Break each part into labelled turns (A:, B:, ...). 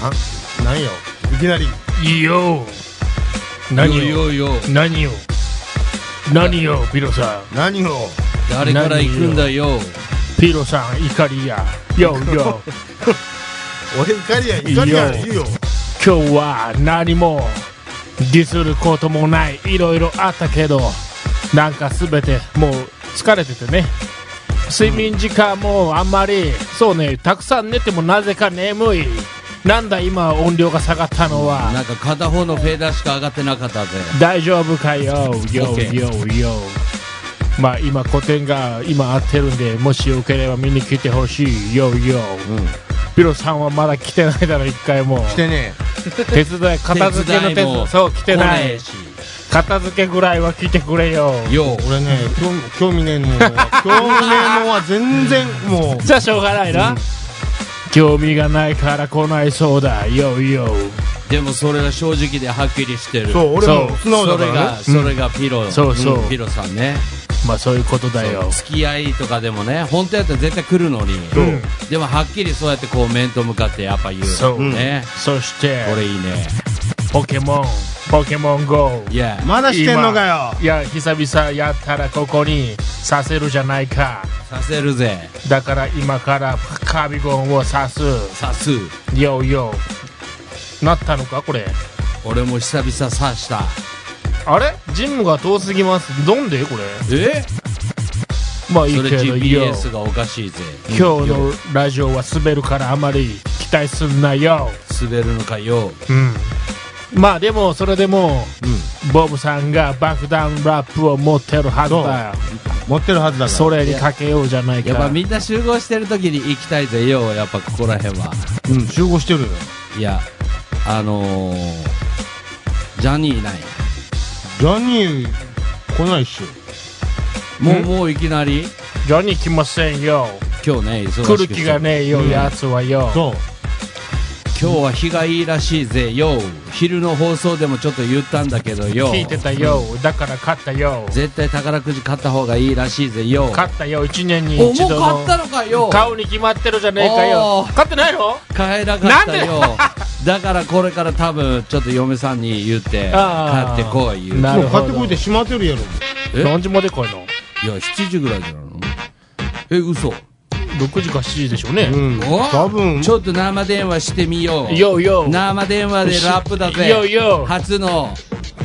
A: あなんよいきなり
B: いいよ何を
C: よいよよ
B: 何を何をピロさん
A: 何を
C: 誰から行くんだよ
B: ピロさん怒りやよよ
A: 俺怒りや怒りや言うよ
B: 今日は何もディスることもないいろいろあったけどなんか全てもう疲れててね睡眠時間もあんまりそうねたくさん寝てもなぜか眠いなんだ今音量が下がったのは
C: なんか片方のフェーダーしか上がってなかったぜ
B: 大丈夫かよ、よ、
C: OK
B: よ、よ。まあ今、個展が今合ってるんで、もしよければ見に来てほしい、よ、よ。ピロさんはまだ来てないだろ、一回も。
A: してね
B: 手伝い、片付けの手
C: 手伝い
B: 伝
C: も
B: い、そう、来てな
C: 来ねえ
B: い。
C: し
B: 片付けぐらいは来てくれよ。
C: よ
A: 俺ね興味興味ねえ の興味ねえのは全然もう
B: じゃあしょうがないな。興味がないから来ないそうだ、よ、よ。
C: でもそれは正直ではっきりしてる
A: そう俺も
B: そう
A: 素直だ
C: そ
A: か
C: れ
A: ら
C: が
A: ね
C: それがピロ、
B: そうそうん
C: ピロさんね
B: まあそういうことだよ。
C: 付き合いとかでもね本当やったら絶対来るのに
B: ん
C: でもはっきりそうやってこう面と向かってやっぱ言う
B: そう
C: ね
B: そして、
C: これいいね
B: ポケモン、ポケモン GO。
C: いや
A: まだしてんのかよ
B: いや久々やったらここにさせるじゃないか
C: させるぜ
B: だから今からカビゴンを刺す
C: さす
B: よよなったのかこれ
C: 俺も久々刺した
B: あれジムが遠すぎますなんでこれ
C: え
B: まあいい
C: それ
B: けどよ
C: GPS がおかしいぜ
B: 今日のラジオは滑るからあまり期待すんなよ
C: 滑るのかよ
B: うんまあでもそれでも、ボブさんが爆弾ラップを持ってるはずだよ
A: 持ってるはずだから
B: それにかけようじゃないか
C: やっぱみんな集合してる時に行きたいぜよやっぱここら辺は
A: うん集合してるよ
C: いやあのー、ジャニーいない
A: ジャニー来ないっしょ
C: もうもういきなり
B: ジョニー来ませんよ
C: 今日ね忙しくして
B: 来る気がねえよ、やつはよ
A: そう
C: 今日は日がいいらしいぜよ昼の放送でもちょっと言ったんだけどよ
B: 聞いてたよ、だから勝ったよ
C: 絶対宝くじ買った方がいいらしいぜよ
B: 勝ったよ1年に
C: おもう
B: 一度
C: 買
B: の
C: ったのかよ
B: 買うに決まってるじゃねえかよ
C: おー
B: 勝ってないの
C: 買えなかったよ
B: なん
C: だからこれから多分ちょっと嫁さんに言って
B: あー
C: 買ってこい言う
B: な
A: も
B: る
A: う
B: ほ
A: 買っ
B: ど
A: てこいってしまってるやろ
C: え
B: 何時まで来いの
C: いや7時ぐらいじゃないのえ嘘
B: 6時か7時でしょうね、
A: うん
C: お
A: 多分
C: ちょっと生電話してみよう
B: よよ
C: 生電話でラップだぜ
B: よよ
C: 初の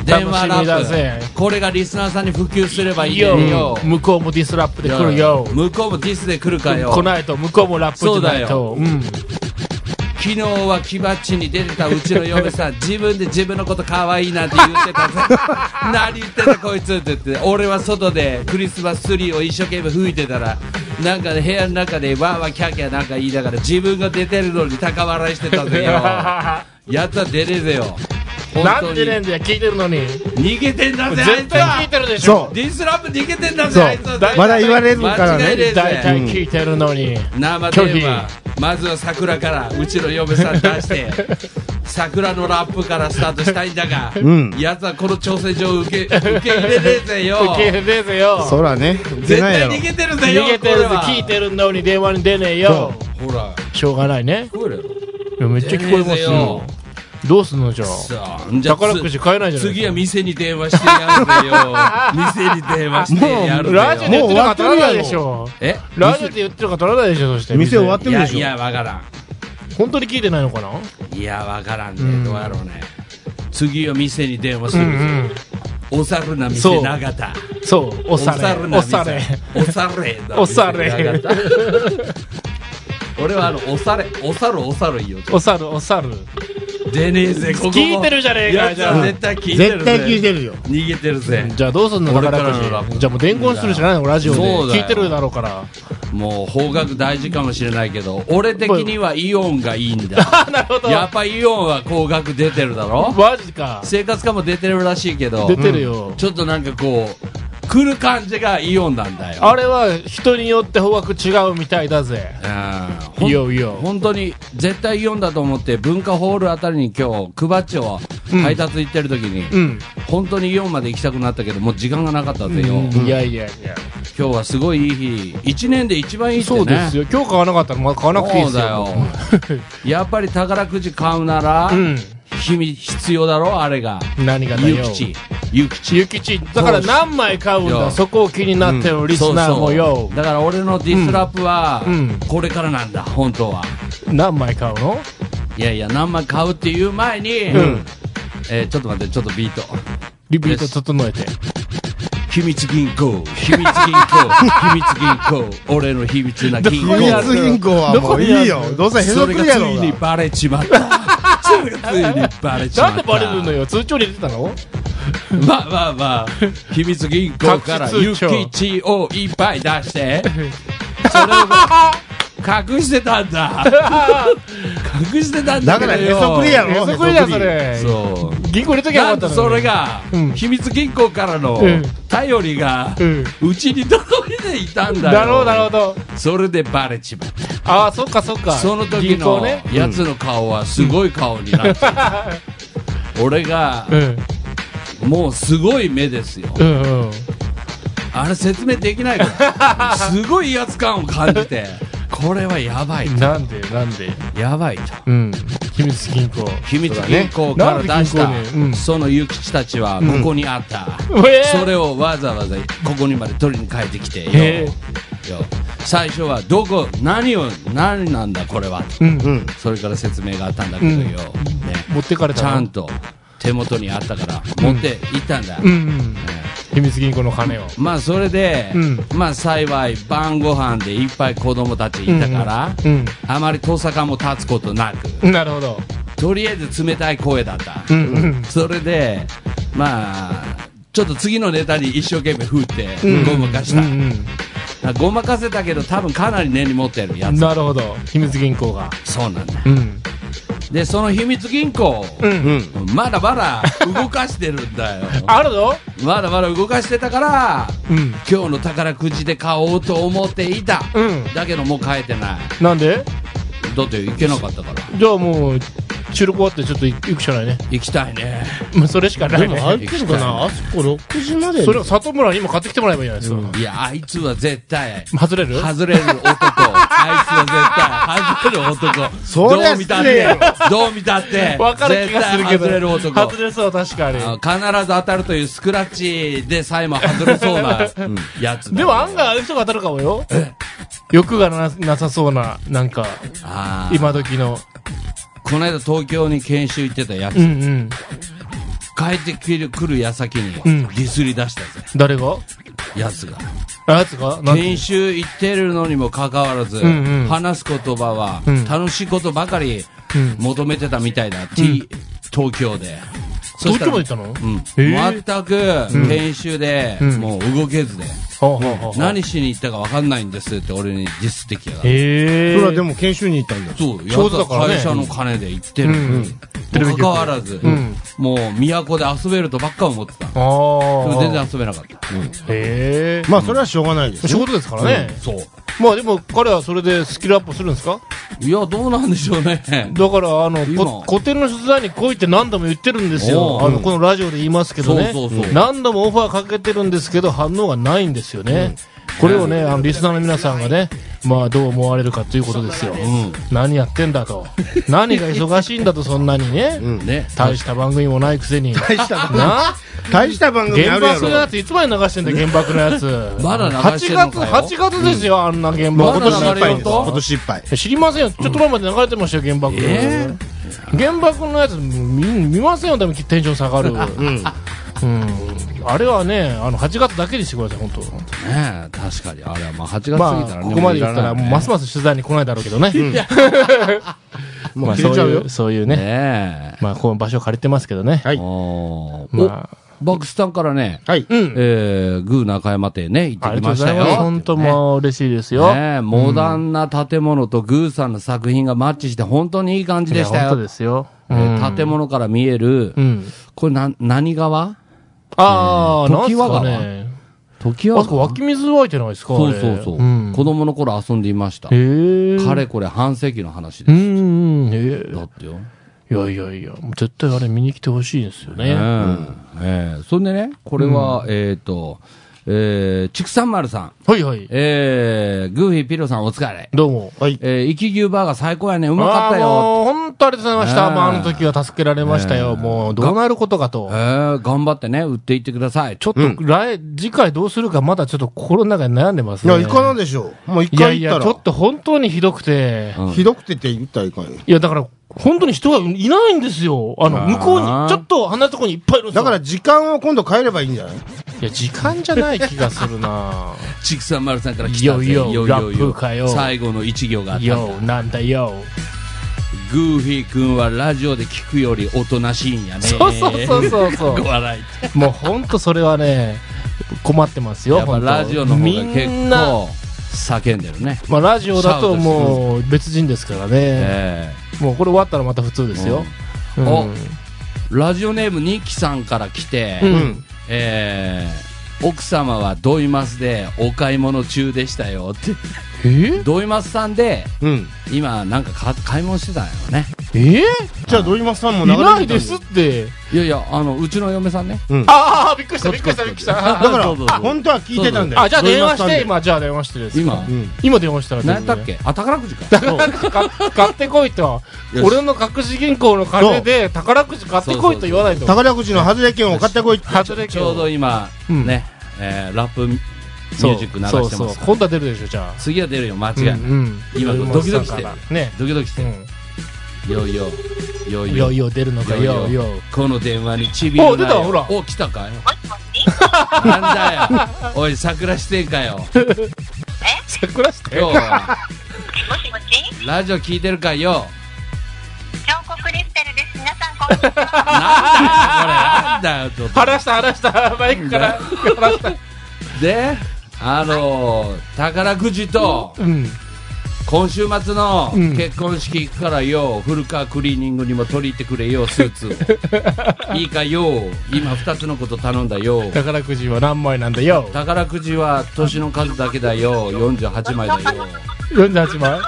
C: 電話
B: 楽しみ
C: ラ
B: だぜ
C: ップこれがリスナーさんに普及すればいいね
B: よ
C: よ
B: 向こうもディスラップで来るよ
C: 向こうもディスで来るかよ
B: 来ないと向こうもラップじゃないとうん
C: 昨日はキバッチに出てたうちの嫁さん自分で自分のこと可愛いなんて言ってたぜ何言ってたこいつって言って俺は外でクリスマスツリーを一生懸命吹いてたらなんかね部屋の中でわーわーキャーキャーなんか言いながら自分が出てるのに高笑いしてたぜよやったら出れぜよ本
B: な
C: 当
B: ん
C: に
B: でねんだよ聞いてるのに
C: 逃げてんだぜあい
B: 絶
C: つ
B: 対
C: は
B: 聞いてるでし
A: そ
B: ょ
A: う
C: ディスラップ逃げてんだ
A: そう
C: ぜあいつは
A: まだ言われるからね
C: 間違いねえ
B: 大
C: ぜ
B: 体聞いてるのに、
C: 生
B: 拒
C: 電
B: 否
C: 話まずは桜からうちの嫁さん出して 桜のラップからスタートしたいんだが、
A: ん
C: やつはこの挑戦状を受け受け入れねえぜよ
B: 受け入れねえぜよ
A: そらね出
C: 絶
A: ないや
C: 対
A: ろ
C: 逃げてるぜよ
B: 逃げてるぜ
C: これは
B: 聞いてるのに電話に出ねえよ
C: ほら
B: しょうがないね
C: これ
B: いやめっちゃ聞こえます
C: 出ね
B: よどうすんのじゃあ
C: さあじゃあ
B: 宝くじ買えないじゃない
C: 次は店に電話してやる ぜよ店に電話してやるぜよ
B: ラジオで言ってるか取らないでし
A: も
B: ょ
C: え
B: ラジオで言ってるか取らないでしょそして
A: 店終わってる
C: いや
A: でし
C: い
A: ょ
C: やわからん
B: 本当に聞いてないのかない
C: やわからんね、
B: ん
C: どうやろうね次は店に電話す
B: う
C: るぜ、
B: ん
C: おさるな
B: そ
C: 店
B: う
C: 永田
B: うんそうおされ
C: な
B: おされ
C: おされだ
B: おされ
C: 永田 俺はあのおされおさるおさるいいよ
B: おさるおさる
C: 出ねえぜここも
B: 聞いてるじゃねえか
C: やつは
B: じゃあ
C: 絶対聞いて
A: 絶
C: るぜ
A: 対聞いてるよ
C: 逃げてるぜ
B: じゃあどうすんの
C: 俺から
B: 宝
C: のラ
B: く
C: ッ
B: じ
C: プ
B: じゃあもう伝言するじゃないのラジオで
C: そうだ
B: 聞
C: よ
B: いてるだろうから
C: もう方角大事かもしれないけど俺的にはイオンがいいん だ
B: なるほど
C: やっぱイオンは方角出てるだ ろ
B: マジか
C: 生活感も出てるらしいけど
B: 出てるよ
C: ちょっとなんかこう来る感じがイオンなんだよ
B: あれは人によって方角違うみたいだぜ
C: うん
B: いよいよ
C: 本当に絶対イオンだと思って文化ホールあたりに今日クバッチを
B: うん
C: 配達行ってる時に、
B: うん、
C: 本当にイオンまで行きたくなったけどもう時間がなかったぜよ、
B: いやいやいや、
C: 今日はすごいいい日1年で一番いいってね
B: そうですよ今日買わなかったらまあ買わなくていい
C: そ
B: で
C: う
B: すよ
C: だよやっぱり宝くじ買うなら、君必要だろあれが
B: うん何がだ
C: 諭
B: よ
C: 吉諭吉
B: 諭吉だから何枚買うん
C: そう
B: だそこを気になってるリスナーも
C: そう
B: よ
C: そうだから俺のディスラップは、
B: うんうん
C: これからなんだ本当は
B: 何枚買うの
C: いやいや何枚買うっていう前に、えーちょっと待ってちょっとビート
B: リピート整えて
C: 秘密銀行秘密銀行 秘密銀行俺の秘密な銀
B: どこにあ
C: 行
B: る
A: 密銀行はもういいよ。どうせへ
C: そ
A: そく
C: れが
A: り
C: つ
A: やろ
C: いうに
A: が。
C: バレち まったそれがついにバレちま
B: な
C: った
B: んでバレるのよ通帳に入れてたの
C: まあまあまあ、秘密銀行から
B: 隠
C: 諭
B: し通帳
C: 吉をいっぱい出 して、それを隠してたんだ。隠してたんだ
A: だ
C: け
A: から
C: ど
A: へ
C: よ。
A: そくりやろ。
B: そこやそ
A: へ
B: れ
C: そう。
B: 銀行入れときゃよ
C: な
B: か
C: ん
B: った
C: と
B: のに
C: それが、
B: うん
C: 秘密銀行からの
B: うん
C: 頼りが、
B: うん
C: うちに届いていたんだよ。
B: なるほどなるほど
C: それでバレちまった。
B: ああそっかそっか
C: その時
B: 銀行
C: の
B: ね
C: やつの顔はすごい顔になってた。 俺が、
B: うん
C: もうすごい目ですよ。
B: うんうん
C: あれ説明できないから。すごい威圧感を感じて、これはやばいと。
B: なんでなんで
C: やばいと。
B: うん秘密銀行
C: 秘密銀行から出し
B: そ
C: た
B: うだねなんで銀行ねうん
C: その諭吉たちはここにあった、
B: えー
C: それをわざわざここにまで取りに帰ってきてよ,、
B: へ
C: よ最初はどこ何を何なんだこれは
B: うんうん
C: それから説明があったんだけどよ、
B: うん
C: ね、
B: 持ってかれ
C: ち
B: たの
C: ゃんと手元にあったから持って行ったんだ、
B: うんうん秘密銀行の金を
C: まあそれで、
B: うん
C: まあ幸い晩ご飯でいっぱい子供たちいたから、
B: うん
C: あまり遠坂も立つことなく
B: なるほど
C: とりあえず冷たい声だった、
B: うんうん
C: それでまあちょっと次のネタに一生懸命振って
B: うん
C: ごまかし
B: う
C: た、
B: ん
C: ごまかせたけど多分かなり根に持ってる
B: う
C: や
B: ん
C: つ
B: なるほど秘密銀行が
C: そうなんだ
B: うん
C: でその秘密銀行、
A: うん。
C: まだまだ動かしてるんだよ
B: あるぞ
C: まだまだ動かしてたから
B: うん
C: 今日の宝くじで買おうと思っていた、
B: うん
C: だけどもう買えてない
B: なんで
C: だって行けなかったから
B: じゃあもう収録終わってちょっと行くしかないね
C: 行きたいね
B: もうそれしかな
A: で
B: い
A: も
B: ね
A: 開いてるかなあそこ6時まで。
B: それを里村にも買ってきてもらえばいいじゃないですか
C: いやあいつは絶対
B: 外れる
C: 外れる男あいつは絶対外れる男
A: そりゃ
C: どう見たっ
A: 失礼
C: て
A: や
C: どう見たって
B: わかる気がするけど
C: 絶対外れる男
B: 外れそう確かに
C: あ必ず当たるというスクラッチでさえも外れそうなうんやつだ
B: でも案外ああいう人が当たるかもよ欲がななさそうななんか
C: あー
B: 今時の
C: この間東京に研修行ってたやつ、
B: うんうん
C: 帰ってくる来る矢先に
B: うん
C: ディスり出したぜ、
B: 誰が
C: やつが
B: あやつがなんて
C: 研修行ってるのにもかかわらず、
B: んうん
C: 話す言葉は
B: うん
C: 楽しいことばかり
B: うん
C: 求めてたみたいだ、T 東京で。そし
B: 東
C: た
B: 京
C: ら
B: まで行ったの
C: うん
B: えー
C: 全く研修で、
B: うん
C: もう動けずで、
B: ほうほうほう
C: 何しに行ったか分かんないんですって俺にディスってきやがって
B: へえ
A: それはでも研修に行ったんだよ。
C: そう
B: ちょうどだからね
C: やつは会社の金で行ってる
B: うんう
C: の
B: ん
C: に
B: テレビ
C: もう
B: 局
C: かかわらず、
B: ん
C: もう都で遊べるとばっか思ってた
B: あ
C: でも
B: あ
C: 全然遊べなかった、
B: へえ
A: まあそれはしょうがないです
B: 仕
A: よ。
B: 事ですからね
C: そう
B: まあでも彼はそれでスキルアップするんですか
C: いやどうなんでしょうね
B: だからあの
C: 今
B: こ古典の取材に来いって何度も言ってるんです
C: おう
B: よあのこのラジオで言いますけどね
C: そうそうそう
B: 何度もオファーかけてるんですけど反応がないんですよね、これをねあのリスナーの皆さんがねまあどう思われるかということですよ、何やってんだ と何が忙しいんだとそんなにね、
A: ん
C: ね
B: 大した番組もないくせに
A: 大した番組。
B: な
A: 大した番組あ
B: 原
A: るや
B: 爆のや
A: ろ。
B: ついつまで流してんだよ原爆のやつ
C: まだ流してんのかよ
B: 8月 ,8 月ですよ、あんな原
A: もう
B: 爆
A: 今
C: ま
A: 年
C: だ
A: いっぱい
C: 流れよう
A: です。
C: と
A: 今年いっぱい。
B: 知りませんよ、ちょっと前まで流れてましたよ、原爆、
C: え
B: 原爆のやつ見見ませんよ、でもテンション下がる、
A: うん。
B: うん、あれはね、あの8月だけにしてください、本当、
C: ねえ確かにあれはまあ8月過
B: ま
C: ぎたら
B: あ、
C: ね
B: ここまで言ったら、
C: もう
B: も
C: いうらない
B: ますます取材に来ないだろうけどね、
A: もう
B: ま
A: 消
B: あ、
A: え
B: そう
A: ちゃう
B: い
A: よ
B: う、。そういうね、
C: ね
B: まあ、この場所借りてますけどね、
A: は
C: え
A: い。
C: おー
B: まあ、
C: おバックスタンからね
A: はい。
B: うん、
C: えー、グー中山店ね、行っ
B: あ
C: て
B: り
C: き
B: がとうご
C: まし
B: ざ
C: た
B: い
C: よ。
B: ます、本当、もう嬉しいですよ。
C: ねえモダンな建物とグーさんの作品がマッチして、本当にいい感じでし
B: い
C: た
B: や本
C: よ。
B: 当ですよ。
C: えー建物から見える、
B: うん。
C: これな、何川
B: ああ、
C: えー
B: なんす
C: 常盤
B: か
C: 川
B: ね。
C: 時
B: あ
C: は
B: そこ湧き水湧いてないですかあ
C: そ
B: れ
C: うそうそう、
B: ん
C: 子供の頃遊んでいました。
B: へえ。
C: かれこれ半世紀の話
B: う
C: です。
B: んうん、え
C: だってよ。
B: えいやいやいや、もう絶対あれ見に来てほしいんですよね。
C: ええそんでね、これは、えっ、と、えー、畜産丸さん、
B: はいはい。
C: えー、グーフィーピロさんお疲れ。
B: どうも。
A: はい。
C: えー、生き牛バーガー最高やね。う
B: う
C: まかったよ。
B: もう本当ありがとうございました。
C: ねえ
B: まあ、あの時は助けられましたよ。もう、どうなることかと
C: え。ー、頑張ってね、売っていってください。
B: ちょっと、来、次回どうするかまだちょっと心の中で悩んでます
A: い
B: ね。
A: や、行かないでしょ。もう一
B: いや
A: 回
B: い
A: 行
B: や、
A: っ
B: ち
A: た
B: ょ
A: ら
B: っ。と本当にひどくて。
C: うん
A: ひどくてって言ったらいかんよ。
B: いや、だから、本当に人がいないんですよ。あの、
C: あ
B: 向
C: ー
B: こうに、ちょっと離れたとこにいっぱいいるんです
A: だ
B: よ。
A: から、時間を今度変えればいいんじゃない
B: いや、時間じゃない気がする な
C: 畜産丸さんから来たぜ。
B: いよいよ
C: いよいよ
B: ラップかよ
C: 最後の一行があった。
B: よう、なんだよ。
C: グーフィー君はラジオで聞くよりおとなしいんやね。
B: そうそうそうそうそう
C: ご笑い。
B: もう本当それはね、困ってますよ、
C: やっぱ
B: 本当
C: ラジオの方が結
B: みんな
C: 構叫んでるね。
B: まあ、ラジオだと
C: シャウトする
B: もう別人ですからね、
C: え
B: もうこれ終わったらまた普通ですよ。
C: え
B: うん
C: おラジオネームニキさんから来て、
B: うん
C: ええ奥様はドイマスでお買い物中でしたよって。
B: えー
C: ドイマスさんで
A: うん。
C: 今なんかか買い物してたんやろね。
B: え
A: じゃあ、土井マスさんも
B: ーい
A: 流れて
B: ないですって。
C: いやいや、あの、うちの嫁さんね。
B: ああ、びっくりした、びっくりした、びっくりした。
A: だから、
C: そうそうそう
A: 本当は聞いてたんだよ。
B: あ、じゃあ電
A: 土井マ
B: 話
A: スさん
B: して、
A: で。
B: 今、じゃあ電話してです。
C: 今、
A: うん。
B: 今電話したら
C: 何やったっ
B: け
C: けあ、宝くじか。
B: か買ってこいと
C: よし
B: 俺の隠し銀行の金で宝くじ買ってこいと言わないと
A: 宝くじの外れ券を買ってこいって。
B: 外れ
C: ちょうど今、
B: うん
C: ね、えーラップミュージック流してますから
B: そうそう今度は出るでしょじゃあ
C: 次は出るよ、間違いな
B: う
C: い。
B: ん
C: 今
B: うん
C: ドキドキしてる
B: ね
C: ドキドキしてる。いよいよ、いよ
B: うん
C: い
B: いよ
C: よ
B: い。よ出るのか
C: いよ
B: よ
C: い
B: いよ
C: よこの電話にちびるなよ
B: お出たほら
C: お来たかよなんだよおい桜してん かよ
B: 桜して
C: 今日は
D: もしもし
C: ラジオ聞いてるかよ
D: 彫刻クリステルです。皆さん、こんにちは。
C: なんだよこれなんだよと
B: 話した話したマイクから話した
C: であのー宝くじと
B: うん
C: 今週末の
B: うん
C: 結婚式行くからよ、古川クリーニングにも取り入ってくれよスーツをいいかよ今2つのこと頼んだよ
B: 宝くじは何枚なんだよ
C: 宝くじは年の数だけだよ48枚だよ
B: 48枚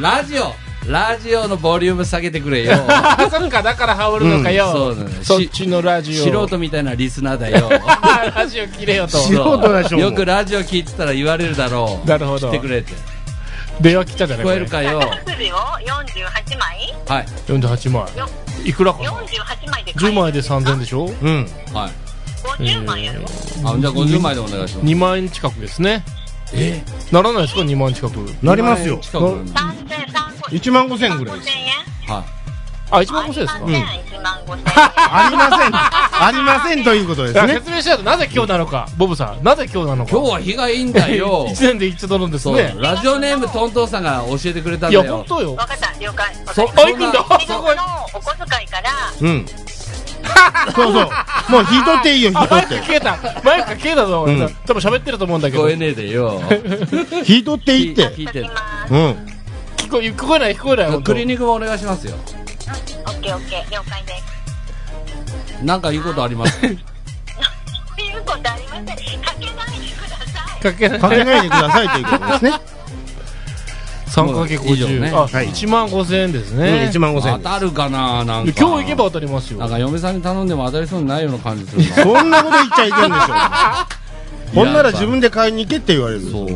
C: ラジオラジオのボリューム下げてくれよ
B: あそっかだからハウるのか
C: そ
B: よ
C: うなのよ
B: そっ
C: し
B: ちのラジオ
C: 素人みたいなリスナーだよ
B: あラジオ切れよと
A: 素人でしょ
C: よくラジオ聞いてたら言われるだろう
B: なるほど
C: 来てくれって
B: 電話切ったじゃない
C: 聞こえるかよ
D: 宝くじを48枚
C: はい
B: 48枚いくらかな
D: ?48 枚で買
B: 10
D: え
B: 枚で3000でし
A: う
B: ょ
A: ん。
C: はい
D: 50枚やろ、
C: あじゃあ50枚でお願いします
B: 2万円近くですね
C: え
B: ならないですか2万円近く
A: なりますよ。
C: 近くなんだ
D: 3 0 0
A: 1万5千ぐらいです。
D: 円
C: は
B: あ1
D: あ
B: 万5000
D: り
B: で
D: ますせ
B: か
D: ん、1万5000円。
A: ありません。ありませんということで
B: だか
A: す
B: ら
A: ね。
B: 説明しないとなぜ今日なのかボブさんなぜ今日なのか
C: い今日は日がいいんだよ
B: 1年で一度なんです
C: そう
B: ね
C: ラジオネームトントンさんが教えてくれたん
B: い
C: だ
B: や本
C: よ
B: 当よ
D: わかった、了解。
C: そ
B: あ行くんだ
D: 自
B: す
D: 分の
B: ごい
D: お小遣いから、
A: うん。そうそう。もう引いとっていいよ、引
B: あ
A: いと
B: マイ
A: っ
B: ク 消えたマイクが消えたぞ、
A: うん
B: 多分喋ってると思うんだ
C: 聞
B: けど
C: こえ
B: 聞
C: ねえで よ
A: て。引いとっていいって。
C: 聞い
D: 行
C: て
D: き
C: る
D: ます。
A: うん。
B: こえ聞こえない聞こえない本当
C: クリニックもお願いしますよ
D: オッケーオッケー、了解です。
C: なんか言うことあります
D: っていうことありません。かけないでください。
B: かけない
A: か けないでくださいということですね。
B: 3かけ
C: 以上
B: 50、
C: ね
B: あ、
A: はい
B: 1万5000円です
A: うん、
B: ね、
A: 1万5千
C: 当
A: 円で
C: たるかななん
B: で
C: か
B: 今日行けば当たりますよ
C: なんか嫁さんに頼んでも当たりそうにないような感じする
A: す。そんなこと言っちゃいけんでしょ。ほんなら自分で買いに行けって言われる。
C: なそう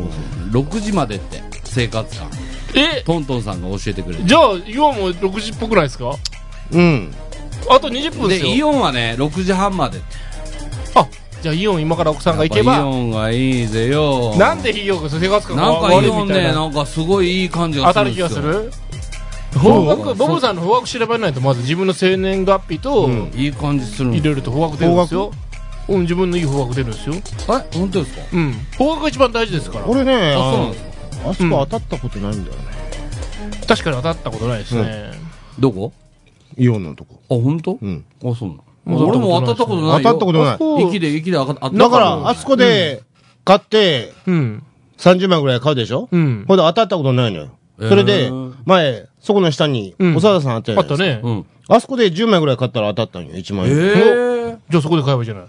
C: 6時までって生活感
B: え
C: トントンさんが教えてくれる
B: じゃあ今もう6時っぽくないですか
A: うん。
B: あと20分ですよ
C: でイオンはね6時半までって
B: あじゃあイオン今から奥さんが行け
C: やっぱイ
B: ば
C: オンがいいぜよ
B: なんでイオンが生活感が
C: なん
B: 悪
C: かイ
B: い
C: オン
B: みたい
C: ね
B: な
C: なんかすごいいい感じが
B: 当
C: す
B: た
C: る
B: る
C: ん
B: 気
C: で
B: が
C: す
B: す
C: よ
B: る
C: そう
B: 方角ボブさんの方角調べないとまず自分の生年月日と
A: ん
C: いい感じするん
B: い
C: です
B: ろいろと方角出るんですようん自分のいい方角出るんですよ
C: え本当ですか
B: うん方角が一番大事ですから
A: 俺ね、
C: あそうなん
A: あ
C: ですか
A: あそこ当たったことないんだよね。
B: 確かに当たったことないですね
C: どこ
A: イオンのとこ。
C: あ本当
A: うん。
C: あそうなん
B: もう
C: 俺も当たったことな
A: 当
C: い
A: たったこと
C: よ
A: ない
B: あ。そ
C: 息で息で当たった
A: だから、あそこで買って
B: うん
A: 30枚ぐらい買うでしょ
B: うん
A: ほんで当たったことないのよ。それ
C: へ
A: で
C: ー、
A: 前、そこの下に、
B: うん
A: 長田さんあった
B: あ
A: や
B: った
A: つ。
B: ね
C: うん
A: あそこで10枚ぐらい買ったら当たったんよ、1万
C: え
A: 円。
C: ー
B: じゃあそこで買えばいいじゃない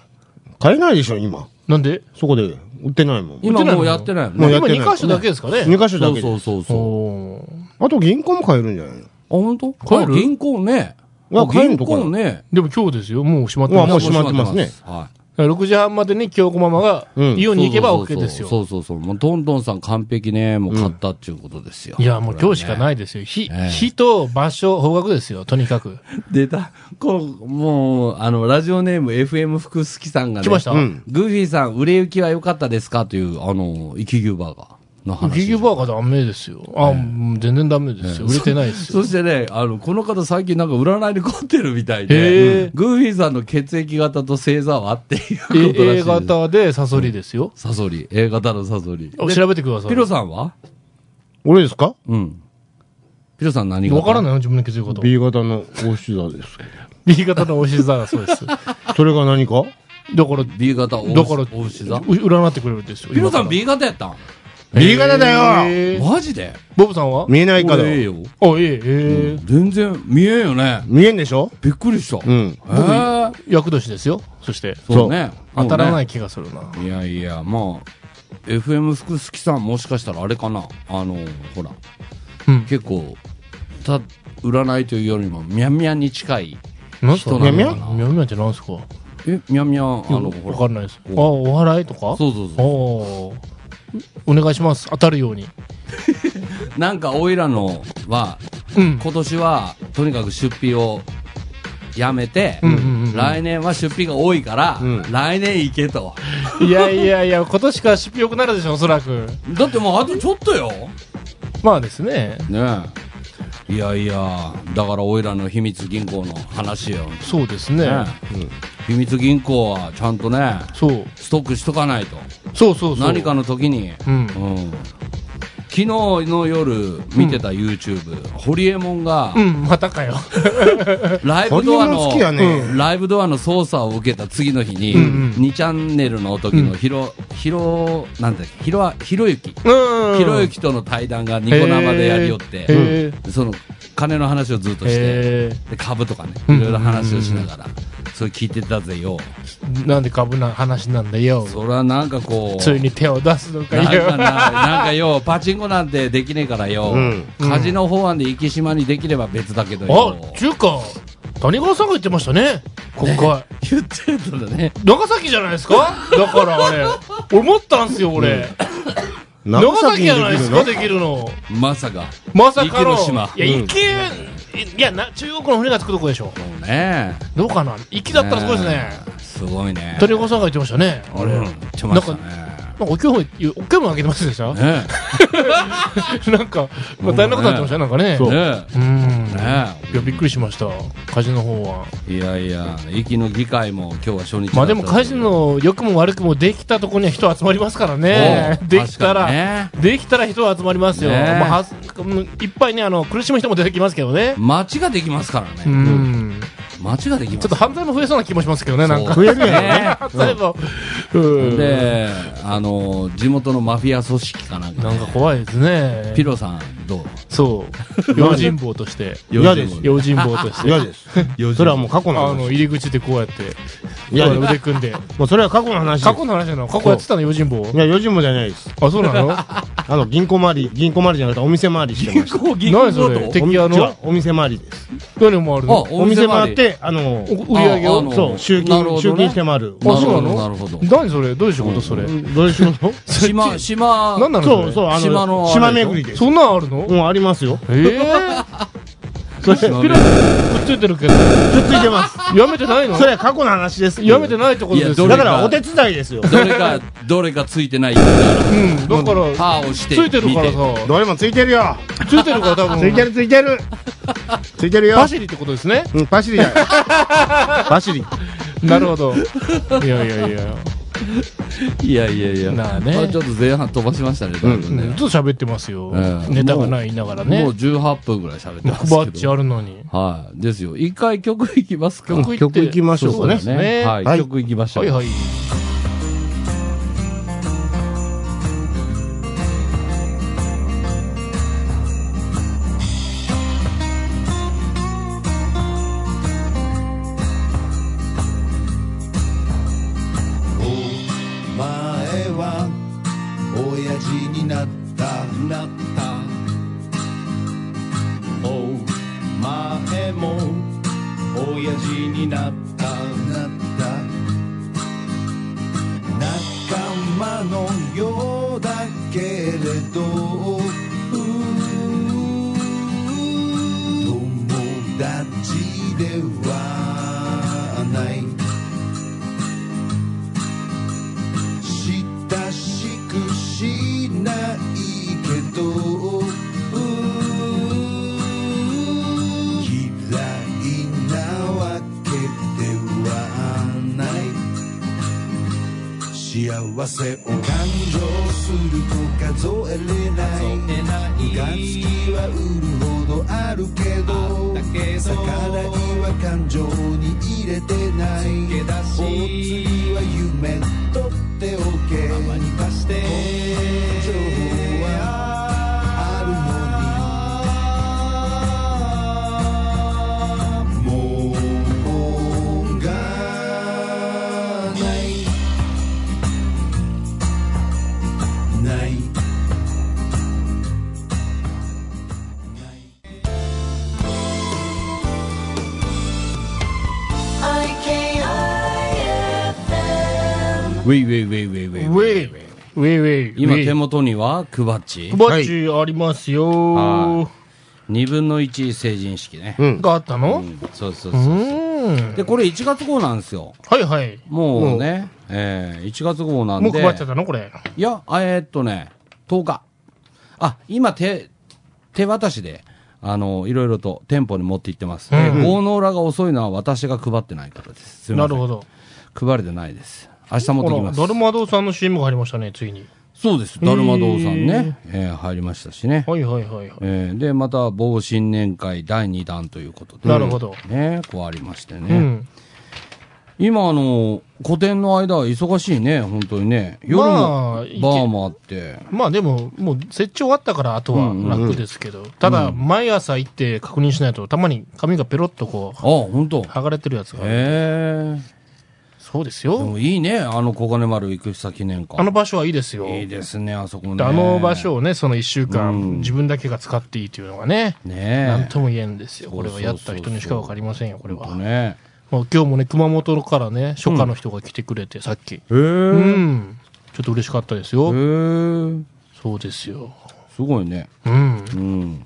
A: 買えないでしょ、今。
B: なんで
A: そこで売ってないもん。
C: 今もうやってないよ
A: もう
C: ね
A: やっ
B: 今
A: てない
B: 2箇所だけですかね
A: 2箇所
C: そ
A: だ
C: う
A: け
C: そ
A: で。
C: うそうそう
B: おー
A: あと銀行も買えるんじゃないの
C: あ、本当
B: 帰る
C: あ銀行ね。
A: は帰る
C: 銀
A: とかな
C: 行ね。
B: でも今日ですよ。もう閉まって
A: うわ
B: ま
A: もう
B: す。
A: 閉まってますね
C: は
B: 6時半までに京子ママが
A: うん
B: イオ
C: い。
B: ンに行けば OK ですよ。
C: そうそうそう。もう、どんどんさん完璧ね、もう買ったっていうことですよ。。
B: いや、もう今日しかないいですよ。日、
C: ええ
B: 日と場所、方角ですよ。とにかく。
C: で、だ、こう、もう、あの、ラジオネーム FM 福好きさんがね。
B: 来ました
A: うん
C: グーフィーさん、売れ行きは良かったですかという、あの、生き牛バーガーの話。
B: ギグバーガーダメですよ。あ、もう全然ダメですよ。売れてないですよ。
C: そしてね、あの、この方最近なんか占いに凝ってるみたい
B: へ
C: で
B: え、
C: グーフィーさんの血液型と星座はっていうことらしいで
B: A
C: す。
B: 型でサソリですよ。
C: サソリ、A 型のサソリ。
B: お
C: で
B: 調べてください。
C: ピロさんは
A: 俺ですか
C: うん。ピロさん何型
B: わからないの自分の気づくこと。B
A: ?B 型のおし座です。
B: 型のおし座がそう です。だか
A: それが何か
B: ら、
C: ?B 型、お
B: だから、
C: お牛座
B: う占ってくれるんですよ。
C: ピロさん
B: 今
C: B 型やったん
A: ?B 型だ
B: から
A: よ
B: えー
C: マジで
B: ボブさんは
A: 見えないから。
C: 俺ええよ。
B: あ、ええ、ええ。
C: 全然見えんよね。
A: 見えんでしょ
C: びっくりした。
A: う
C: へ
A: ん。
C: ー
B: 役年ですよ。そして、
C: そうね。。
B: 当たらないい気がするな。
C: いやいや、まあ、FM 福好きさんもしかしたらあれかな。あの、ほら。
B: うん。
C: 結構た占いというよりもミャンミャンに近い
B: 何
C: 人
B: そ
C: な
B: れ
C: の
A: ミ
C: か
A: ャン
C: な
B: みゃみゃってなんすか
C: えミャンミャンあのほ
B: わ
C: ら
B: かんないです。あ、お笑いとか
C: そうそうそ
B: おーお願いします。当たるように。
C: うなんかおいらのは
B: うん。
C: 今年はとにかく出費をやめて、
B: んうんうん
C: 来年は出費が多いから、
A: うん
C: 来年行けと
B: いやいやいや、今年から出費良くなるでしょ、おそらく。
C: だってもうあとちょっとよ
B: まあですね。
C: ねえいやいやだからおいらの秘密銀行の話よ、ね
B: そうですね。
C: え秘密銀行はちゃんとね
B: そう。
C: ストックしとかないと
B: そうそうそう。
C: 何かの時に
B: うん。
C: うん昨日の夜見てた YouTube、ホリエモンが
B: うん、またかよ。
C: ライ
A: ホ
C: ブ
A: リエ
C: ドア
A: モン
C: の、
A: 好きやね。
C: ライブドアの操作を受けた次の日に、
B: うんうん
C: 2チャンネルの時のひろ、ひろ、なんだっけ、ひろあ、ひろゆき。
B: うん
C: ひろゆきとの対談がニコ生でやりよって、
B: へ
C: でその金の話をずっとして、
B: え。
C: で株とかね、
B: うん
C: いろいろ話をしながら、それ聞いてたぜよ。
B: なんで株な話なんだよ。
C: それはなんかこう、
B: ついに手を出すのか
C: なんかな、
B: よ。
C: なんかよ、 パチンコなんてできねえからよ、
A: うん
C: カジノ法案で生島にできれば別だけど
B: あ
C: よ、、
B: ちゅうか、谷川さんが言ってましたね。今回。
C: 言ってるんだね。
B: 長崎じゃないですかだからあれ。俺持ったんすよ、俺。長崎じゃないですか、できるの。
C: まさか。
B: まさかの。
C: 池の島
B: いや、
A: うん
B: 行け、いや、な、中国の船がつくとこでしょ。
C: そうね。
B: どうかな行きだったらすごいですね。
C: え。すごいね。
B: 谷川さんが言ってましたね。
C: あれ、言ってましたね。
B: なんかお給も、お給もあげてますでした
C: ね
B: なんか、まあ、大変なことになってましたね、なんかね。
C: え。
B: う
C: ね
B: ーん。
C: え。
B: い
C: ね
B: や、びっくりしました。カジノ方は。
C: え。いやいや、息の議会も今日は初日だった
B: まあでも、カジノ、良くも悪くもできたとこには人集まりますからね
C: お。う
B: できた、
C: 確からにね
B: できたら人は集まりますよ。
C: ねえ
B: まあ、はずうんいっぱいね、あの、苦しむ人も出てきますけどね。
C: 街ができますから
B: う
C: ね。
B: ん。
C: 街ができます。
B: ちょっと犯罪も増えそうな気もしますけどね、なんか。
C: そう
A: 増えるやん
C: ね
B: 例えば、うん。
C: で、あの、地元のマフィア組織かなんかね。
B: なんか怖いですね。
C: ピロさん、どう
B: そう。用心棒として。
A: 嫌です
B: 用心棒 として。
A: 嫌です。それはもう過去の
B: あ
A: 話。
B: の、入り口でこうやって、
A: いや
B: こうやって腕組んで。
A: もうそれは過去の話です。
B: 過去の話なの過去やってたの用心棒
A: いや、四時もじゃないです。
B: あ、そうなの
A: あの、銀行回り、銀行回りじゃなくてお店回りしてました。
C: 行銀
B: 何それ
A: お
B: 敵
A: 店
B: 屋
A: は
B: の
A: お店回りです。
B: 何を回る
C: あ
B: の、
A: お
C: お
A: 店
C: 店
A: 回
C: 回
A: っ
C: り。
A: て、あの、
B: お売り上げ
C: ああの
B: を
A: そう、集
C: なる
A: 金、
C: ほどね
A: 集金して回る。
B: あ、そうなの
C: なるほどなるほど
B: 何それどういう仕事それ
A: どうしようの
C: 島、島、
B: 何なの
A: そうそう、
B: う。
A: あ
C: 島
A: の
C: の、
A: 島巡りです。
B: そんなんあるの
A: もうありますよ。
B: えぇ
A: それ、くっつ
B: ピラミッドくっついてるけど、
A: いてます。
B: やめてないの
A: それは過去の話です。
B: やめてないってことですよ。
C: いや
A: だ
C: ど
A: か
C: れ
A: ら、お手伝いですよ。
C: どれか、どれかついてない。
B: うん、だから、
C: パーをして。
B: ついてるからさ、
A: どれもついてるよ。
B: ついてるから多分、
A: ついてるついてる。ついてるよ
B: パ。シリってことですね。
A: うん、パシリだよ。パシリ。
B: なるほど。いやいやいや。
C: いやいやいや。
B: なあね
C: まちょっと前半飛ばしましたね、だいぶ
B: ずっ
C: ね。
B: と喋ってますよ。
C: ええ
B: ネタがない言いながらね。
C: もう
B: もう
C: 18分ぐらい喋ってま
B: バ
C: すけど。
B: ッチあるのに。
C: はい。ですよ。一回曲いきますか。
B: 曲い
A: 曲行きましょうかね
B: そうですね。
C: はい、
A: はい
C: 曲いきましょう。
B: はいはい。
E: お前は親父になったなったお前もになったなった仲間のようだけれど友達ではない親しくしないけど嫌いなわけではない幸せを感情すると数えれないムカつきは売るほどあるけど逆らいは感情に入れてない大次は夢とっておけままに出して情報はあるのにもう本がないない
C: ウェイウェイウェイウェイウェ
B: ウェ
C: イ
B: イウェイウェイ。
C: 今
B: ウェイ
C: 手元にはくばっち
B: くばっちありますよ
C: は。2分の1成人式ね、
A: うん。
B: があったの
C: そうそう
B: う
C: そう、
B: ん。
C: でこれ1月号なんですよ
B: はいはい。
C: もうね、えー、1月号なんで
B: もう配っちゃったのこれ。
C: いや、えーっとね、10日。あ、今手、手渡しで、あの、いろいろと店舗に持って行ってます。えーゴーノーラが遅いのは私が配ってないからです。すいま
B: な
C: せ
B: る
C: ん
B: ほど。
C: 配れてないです。明日持ってき
B: ほ
C: ま
B: ら、
C: す。
B: ダルマ堂さんの CM が入りましたね、ついに。
C: そうです。だるま堂さんね、えー入りましたしね。
B: はいはいはいはい。
C: えーで、また、某新年会第2弾ということで。
B: なるほど。
C: ね、こうありまして
B: う
C: ね。
B: ん。
C: 今、あの、個展の間は忙しいね、本当にね。夜
B: まあ
C: も、バ
B: いけ
C: ーもあって。
B: まあでも、もう設置終わったから、あとは楽ですけど。ただ、毎朝行って確認しないと、たまに紙がペロッとこ
C: あ、本当。
B: う、剥がれてるやつがある。
C: へえ。
B: そうです
C: で
B: よ。
C: もいいね、あの小金丸行く先年間。
B: あの場所はいいですよ。
C: いいですね、あそこ
B: で
C: ね。
B: あの場。所をね、その一週間、
C: うん
B: 自分だけが使っていいというのがね、
C: ねえ。
B: なんとも言えんですよ。
C: そう
B: こ
C: そ
B: れ
C: うそう
B: はやった人にしかわかりませんよ、これは。
C: ほんとね。
B: まあ、今日もね、熊本からね、初夏の人が来てくれて、さっき。
C: へ
B: う
C: え。へ
B: ん。ちょっと嬉しかったですよ。
C: え。
B: そうですよ。
C: すごいね。
B: うん。
C: うん。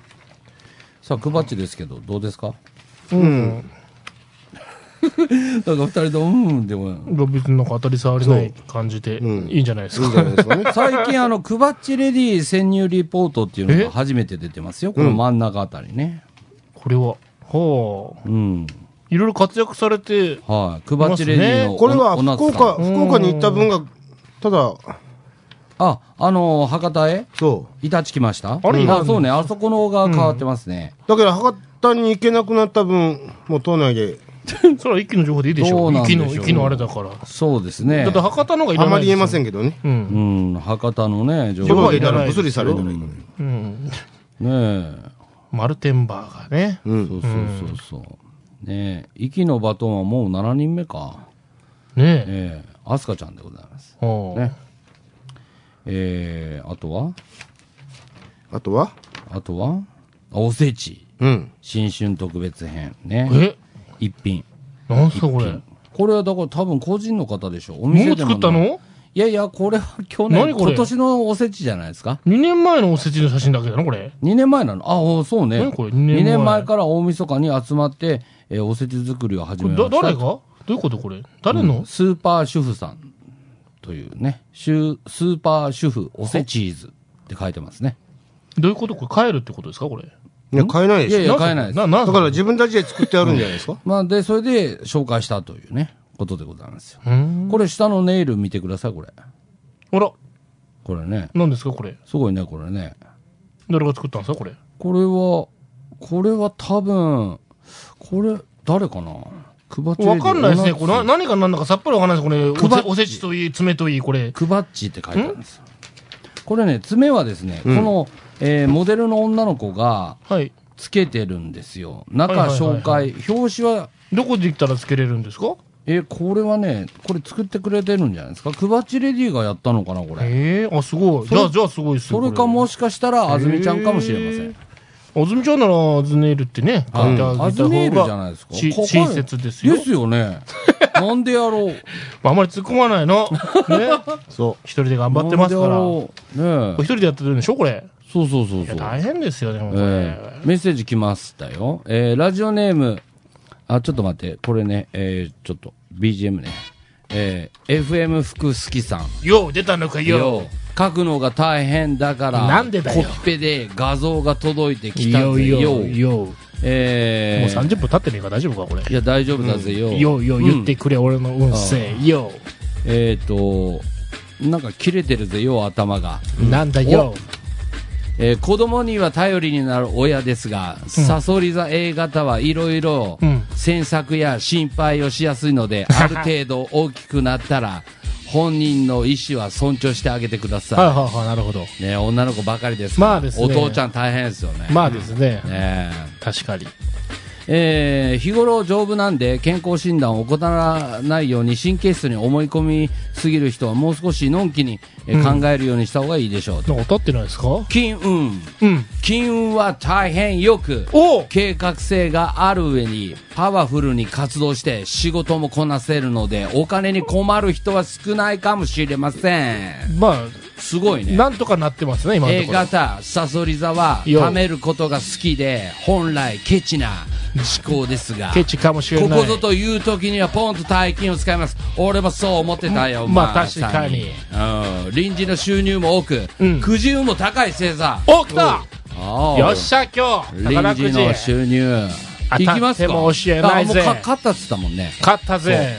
C: さあ、くばっちですけど、どうですか
B: うん。
C: なんか二人とも、うん、でも。
B: 別になんか当たり障りない感じで、
A: うん
B: いいんじゃないです
A: いいん。じ
B: か
A: ゃないですかね。
C: 最近、あの、くばっちレディ潜入リポートっていうのが初めて出てますよ。この真ん中あたりね。
B: これは。はあ。
C: うん。
B: いろいろ活躍されて、
C: はい。くばっちレディ
A: ね
C: のお。
A: これは
C: お夏
A: 福
C: さん
A: 岡、福岡に行った分が、ただ、
C: あ、あの、博多へ
A: そ
C: イタチ来ました
B: あれ
C: そうね、あそこのが変わってますね。
A: う。だけど、博多に行けなくなった分、もう島内で、
B: それは一気の情報でいいでし
C: ど
B: ょ
C: うなん
B: 一
C: でし
B: 気
C: ょう
B: の、一気のあれだから。だ
C: そうですね
B: っ。て博多の方がいら
A: あ
B: な
A: ま
B: い
A: り
B: で
A: 言
B: すよ。
A: えませんけどね。
B: うん。
C: うん、博多のね、情
A: 情
C: 報
A: 報
B: は
A: 入
B: い
A: れ
B: ら
A: た
B: ない
A: らブ
B: ですよ
A: スリされるのに。
B: うん。
C: ねえ。
B: マルテンバーがね。
A: うん
C: そうそうそうそう。ねえ、息のバトンはもう7人目か。
B: ねえ。
C: ええアスカちゃんでございます。
B: はあ
C: ねええあとは
A: あとは
C: あとはあおせち。
A: うん。
C: 新春特別編。ね。
B: え
C: 一品。
B: なんすかこれ。
C: これはだから多分個人の方でしょ。お店で
B: もう作っ
C: も
B: た
C: ない
B: の
C: いやいや、これは去年、
B: 何これ
C: 今年のおせちじゃないですか。
B: ?2 年前のおせちの写真だけだな、これ。
C: 2年前なのあおそうね。
B: 何これ二年前
C: 二年前から大晦日に集まって、えーおせち作りを始
B: こ
C: め
B: れ
C: ました
B: だ。誰がどういうことこれ誰の
C: スーパー主婦さんというね、シュスーパー主婦おせチーズって書いてますね。
B: どういうことこれ帰るってことですかこれ。
A: いや、買えない
C: いやい
A: でしょ。
C: や、買えないです。
B: な、な、
A: だから自分たちで作ってあるんじゃないですか。
C: まあ、で、それで紹介したというね、ことでございますよ。
B: うん。
C: これ、下のネイル見てください、これ。
B: あら、
C: これね。
B: 何ですかこれ。
C: すごいね、これね。
B: 誰が作ったんですかこれ。
C: これは、これは多分、これ、誰かなくばっち。
B: わかんないですね。
C: 同じ
B: これな何が何だかさっぱりわかんないです。これ、
C: 配っ
B: おせおせちといい、爪といい、これ。
C: クバッチって書いてあるんですよ。これね、爪はですね、この、えーモデルの女の子が
B: はい。
C: つけてるんですよ。
B: は
C: 中
B: いはいはい
C: 紹介、表紙は、
B: どこで行ったらつけれるんですか
C: えーこれはね、これ作ってくれてるんじゃないですか。クバッチレディがやったのかな、これ。
B: ええあ、すごい。
C: そ
B: じ
C: れ
B: ゃあ、じゃあすごいっすよ。
C: それか
B: こ
C: もしかしたら、あずみちゃんかもしれませ
B: へ
C: ん
B: ー。小泉町ならアズネイルってね、書いてあ
C: ア
B: げた
C: ズネイルじゃ
B: 方
C: ない
B: が
C: ですか。
B: し
C: ここ
B: 親切ですよ
C: で。す よね。なんでやろう。
B: あんまり突っ込まない の。ね。
A: そ
B: 一人で頑張ってますから。お
C: ら
B: 一
C: ねえ。
B: 人でやってるんでしょこれ。
C: そうそうそう
B: い
C: そ
B: や、
C: う。
B: 大変ですよ、でもこれ。
C: えーメッセージ来ましたよ。えーラジオネーム、あ、ちょっと待って、これね、えーちょっと、BGM ね。えー FM 福好きさん。
B: よう、出たのかよ
C: よ。書くのが大変だから、
B: なんでだよ
C: コピペで画像が届いてきた
B: よ
C: ぜ
B: よ
C: よ。
B: よよ。もう
C: えー
B: 30分経ってねえから大丈夫か、これ。
C: いや、大丈夫だぜよ。
B: ようよ、
C: うん
B: 言ってくれ、俺の運勢。よ
C: えっ、と、なんか切れてるぜよ、頭が。
B: う。なんだよ。
C: えー子供には頼りになる親ですが、サソリ座 A 型はいろいろ
B: うん
C: 詮索や心配をしやすい ので、ある程度大きくなったら、本人の意思は尊重してあげてくだ
B: はい
C: さ
B: はいはい、なるほど。
C: い。ね、女の子ばかりですから、
B: まあですね
C: お父ちゃん大変ですよね。
B: まあですね。
C: ね
B: 確かに。
C: えー日頃丈夫なんで健康診断を怠らないように神経質に思い込みすぎる人はもう少しのんきに、えー考えるようにした方がいいでしょうと、
B: なんか当たってないですか
C: 金運
B: うん。
C: 金運は大変よく
B: おう
C: 計画性がある上にパワフルに活動して仕事もこなせるのでお金に困る人は少ないかもしれません
B: まあ、
C: すごいね
B: なんとかなってますね、今の
C: A
B: ところ。
C: 型サソリ座は
B: よう
C: 貯めることが好きで本来ケチな思考ですが
B: ケチかもしれな
C: こ
B: い。
C: こぞという時にはポンと大金を使います俺もそう思ってたよ
B: まあ
C: まさ
B: 確かに
C: うん臨時の収入も多く、
B: うん
C: くじ運も高い星座
B: お来た
C: ああ
B: よっしゃ、今日宝
C: 臨
B: く
C: 時
B: じ
C: の収入
B: 当たって
C: いきますか
B: も教えないぜ
C: あもうか勝ったっつったもんね
B: 勝ったぜ。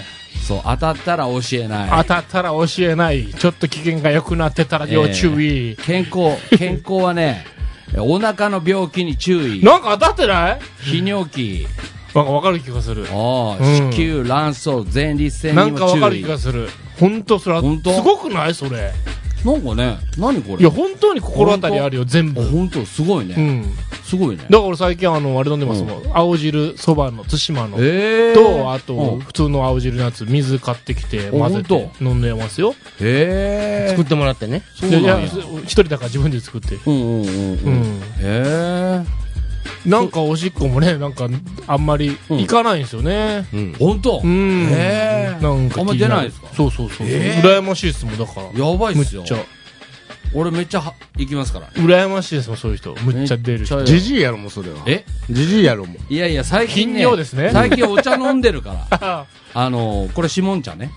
C: そう当たったら教えない
B: 当たったら教えない。ちょっと機嫌が良くなってたら要注意。
C: 健康健康はね お腹の病気に注意
B: なんか当たってない
C: 泌尿器
B: なんかわかる気がする。
C: おう
B: うん
C: 子宮卵巣前立腺
B: な
C: に
B: ん
C: も
B: かわか
C: 注
B: る
C: 意
B: 気がする。本当それは
C: ほんと
B: すごくないそれ。
C: なんかね何これ
B: いや、本当に心当たりあるよ、全部。
C: 本当すごいね、
B: うん。
C: すごいね
B: だから最近あの、あれ飲んでますもん。青汁、そばの、対馬の。
C: えー、
B: と、あと、
C: うん
B: 普通の青汁のやつ、水買ってきて、
C: お
B: 混ぜて
C: ほん
B: 飲んでますよ。
C: えー、
A: 作ってもらってね。
C: そう
B: いや
C: ない
B: や
C: んや、
B: 一人だから自分で作って。
C: うんうんうん
B: う
C: うん
B: ん。
C: へえ
B: なんかおしっこもね、なんか、あんまり
C: うん
B: 行かないんですよね。
A: うん。
C: 本当
B: うん。
C: へえ
B: なんか気にる
C: あんま出ないですか
B: そうそうそう。
C: えー
B: 羨ましいですもん、だから。
C: やばい
B: む
C: っ
B: っ
C: すよ
B: ちゃ。
C: 俺めっちゃは行きますから
B: 羨ましいですもん、そういう人。むっちゃ出る人
C: めっ。ち
A: じじいやろもうそれは。
C: え
A: じじいやろもう。
C: いやいや最近
B: 頻
C: ね
B: 尿ですね
C: 最近お茶飲んでるから
B: あ、
C: あのー、これシモン茶ね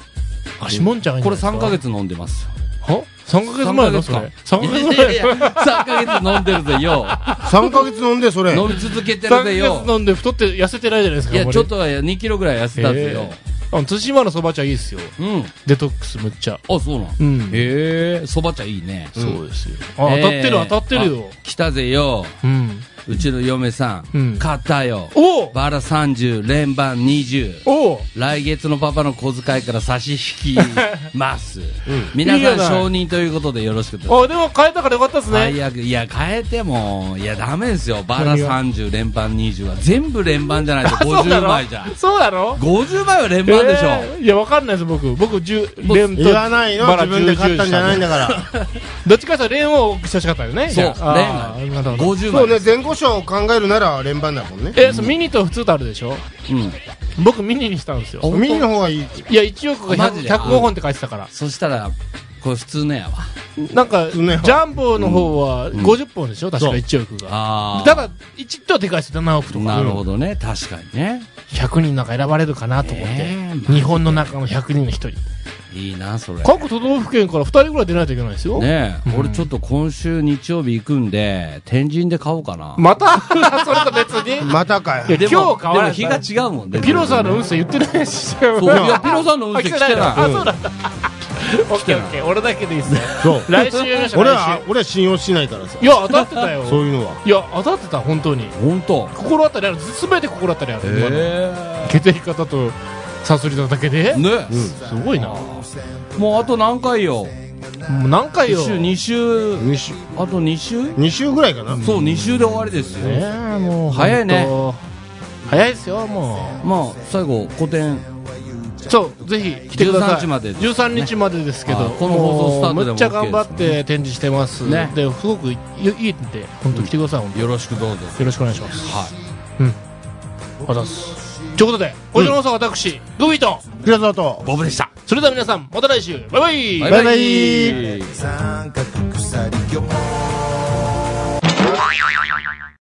B: しもんちゃんがいい
C: こ
B: ん
C: れ
B: じゃない
C: 3ヶ月飲んでますよ
B: は ?3 ヶ月前のそれ。3ヶ月
C: いやいやいや3ヶ月飲んでるぜよ
A: 3ヶ月飲んで、それ。
C: 飲み続けてるぜ
B: 3
C: よ
B: ヶ月飲んで太って痩せてないじゃないですか。
C: いや
B: あんまり
C: ちょっとは2キロぐらい痩せたぜよ、
B: あの、対馬のそば茶いいですよ。
C: う
B: デトックスむっちゃ。
C: んあそうなん
B: うん。
C: へえそば茶いいね
B: そうですよ。あ、当たってる
C: え
B: 当
C: ー
B: たってるよ。
C: あ来たぜよ
B: うん。
C: うちの嫁さん、
B: うん
C: 買ったよ
B: おう
C: バラ30連番20
B: おう
C: 来月のパパの小遣いから差し引きます、皆
B: いいじ
C: さ
B: ゃ
C: ん
B: ない
C: 承認ということでよろしくと
B: あ、でも変えたからよかったですね。
C: 最悪いや変えてもいやダメですよバラ30連番20は全部連番じゃないと50枚じゃ
B: そうなの
C: 50枚 は連番でしょ、
B: えーいや、わかんないです、僕。僕、十
C: もう
B: 連と。
A: 言わないの
B: バラ
A: 自分で買ったんじゃないんだから。
B: どっちかというと、連をしてほしかったよね。
C: そう
B: じゃああーなるほど
C: 50
A: そ
C: 枚
A: うね、前後賞を考えるなら連番だもんね。
B: え、そうミニと普通とあるでしょ
C: うん
B: 僕、ミニにしたんですよ。
C: お
A: ミニの方がいい。
B: いや、1億が
C: マジで
B: 100 105本って書いてたから。
C: そしたらこれ普通のやわ
B: なんか、ジ
A: 通のやつ
B: ャンボの方は50本でしょ確か1億が。
C: あ
B: ただ、1等でかいですよ、7億と
C: あ
B: か。
C: なるほどね確かにね
B: 100人の中選ばれるかなと思って、
C: えー
B: 日本の中の100人の1人
C: いいなそれ
B: 各都道府県から2人ぐらい出ないといけないですよ、
C: ねえ、俺ちょっと今週日曜日行くんで天神で買おうかな、
B: また それと別に
A: またか
B: い
A: よ。
B: や
C: でも
B: 今日買わない
C: でも日が違うもんね
B: ピロさんの運勢言ってないし
C: そういやピロさんの運勢来てない
B: あそうなんだオッケーオッケー俺だけでいいっすね
A: そう。
B: 来週やりましょう
A: 俺
B: 来
A: は、俺は信用しないからさ
B: 週。いや当たってたよ
A: そういうのは。
B: いや当たってた本当に
C: 本当
B: 心当たりある全て心当たりある、
C: え
B: 血液型とサスリだけで、
C: えね、
B: すごいなも
C: もうあと何回よ
B: う何回よ
C: 1週2週
A: 2週、
C: あと2週、
A: 二週ぐらいかな。
C: そう2週で終わりですよ、
B: ねえもう
C: 早いね
B: 本当早いですよもう
C: まあ最後古典
B: そうぜひ来てください
C: 13日までですね
B: 13日までですけど、
C: あこの放送スタートでも
B: むっちゃ頑張っ
C: OK です
B: て展示してます、
C: ね
B: ですごくいいいいんで本当来てください、本当よ
C: よろしくどうぞ
B: ろしくお願いします
C: は
B: あざっすということでこちらの放送は私、グビーと
A: 平沢と
C: いボブでした
B: それでは皆さんまた来週バイバイ
A: バイバイ
C: イ
E: 三角鎖行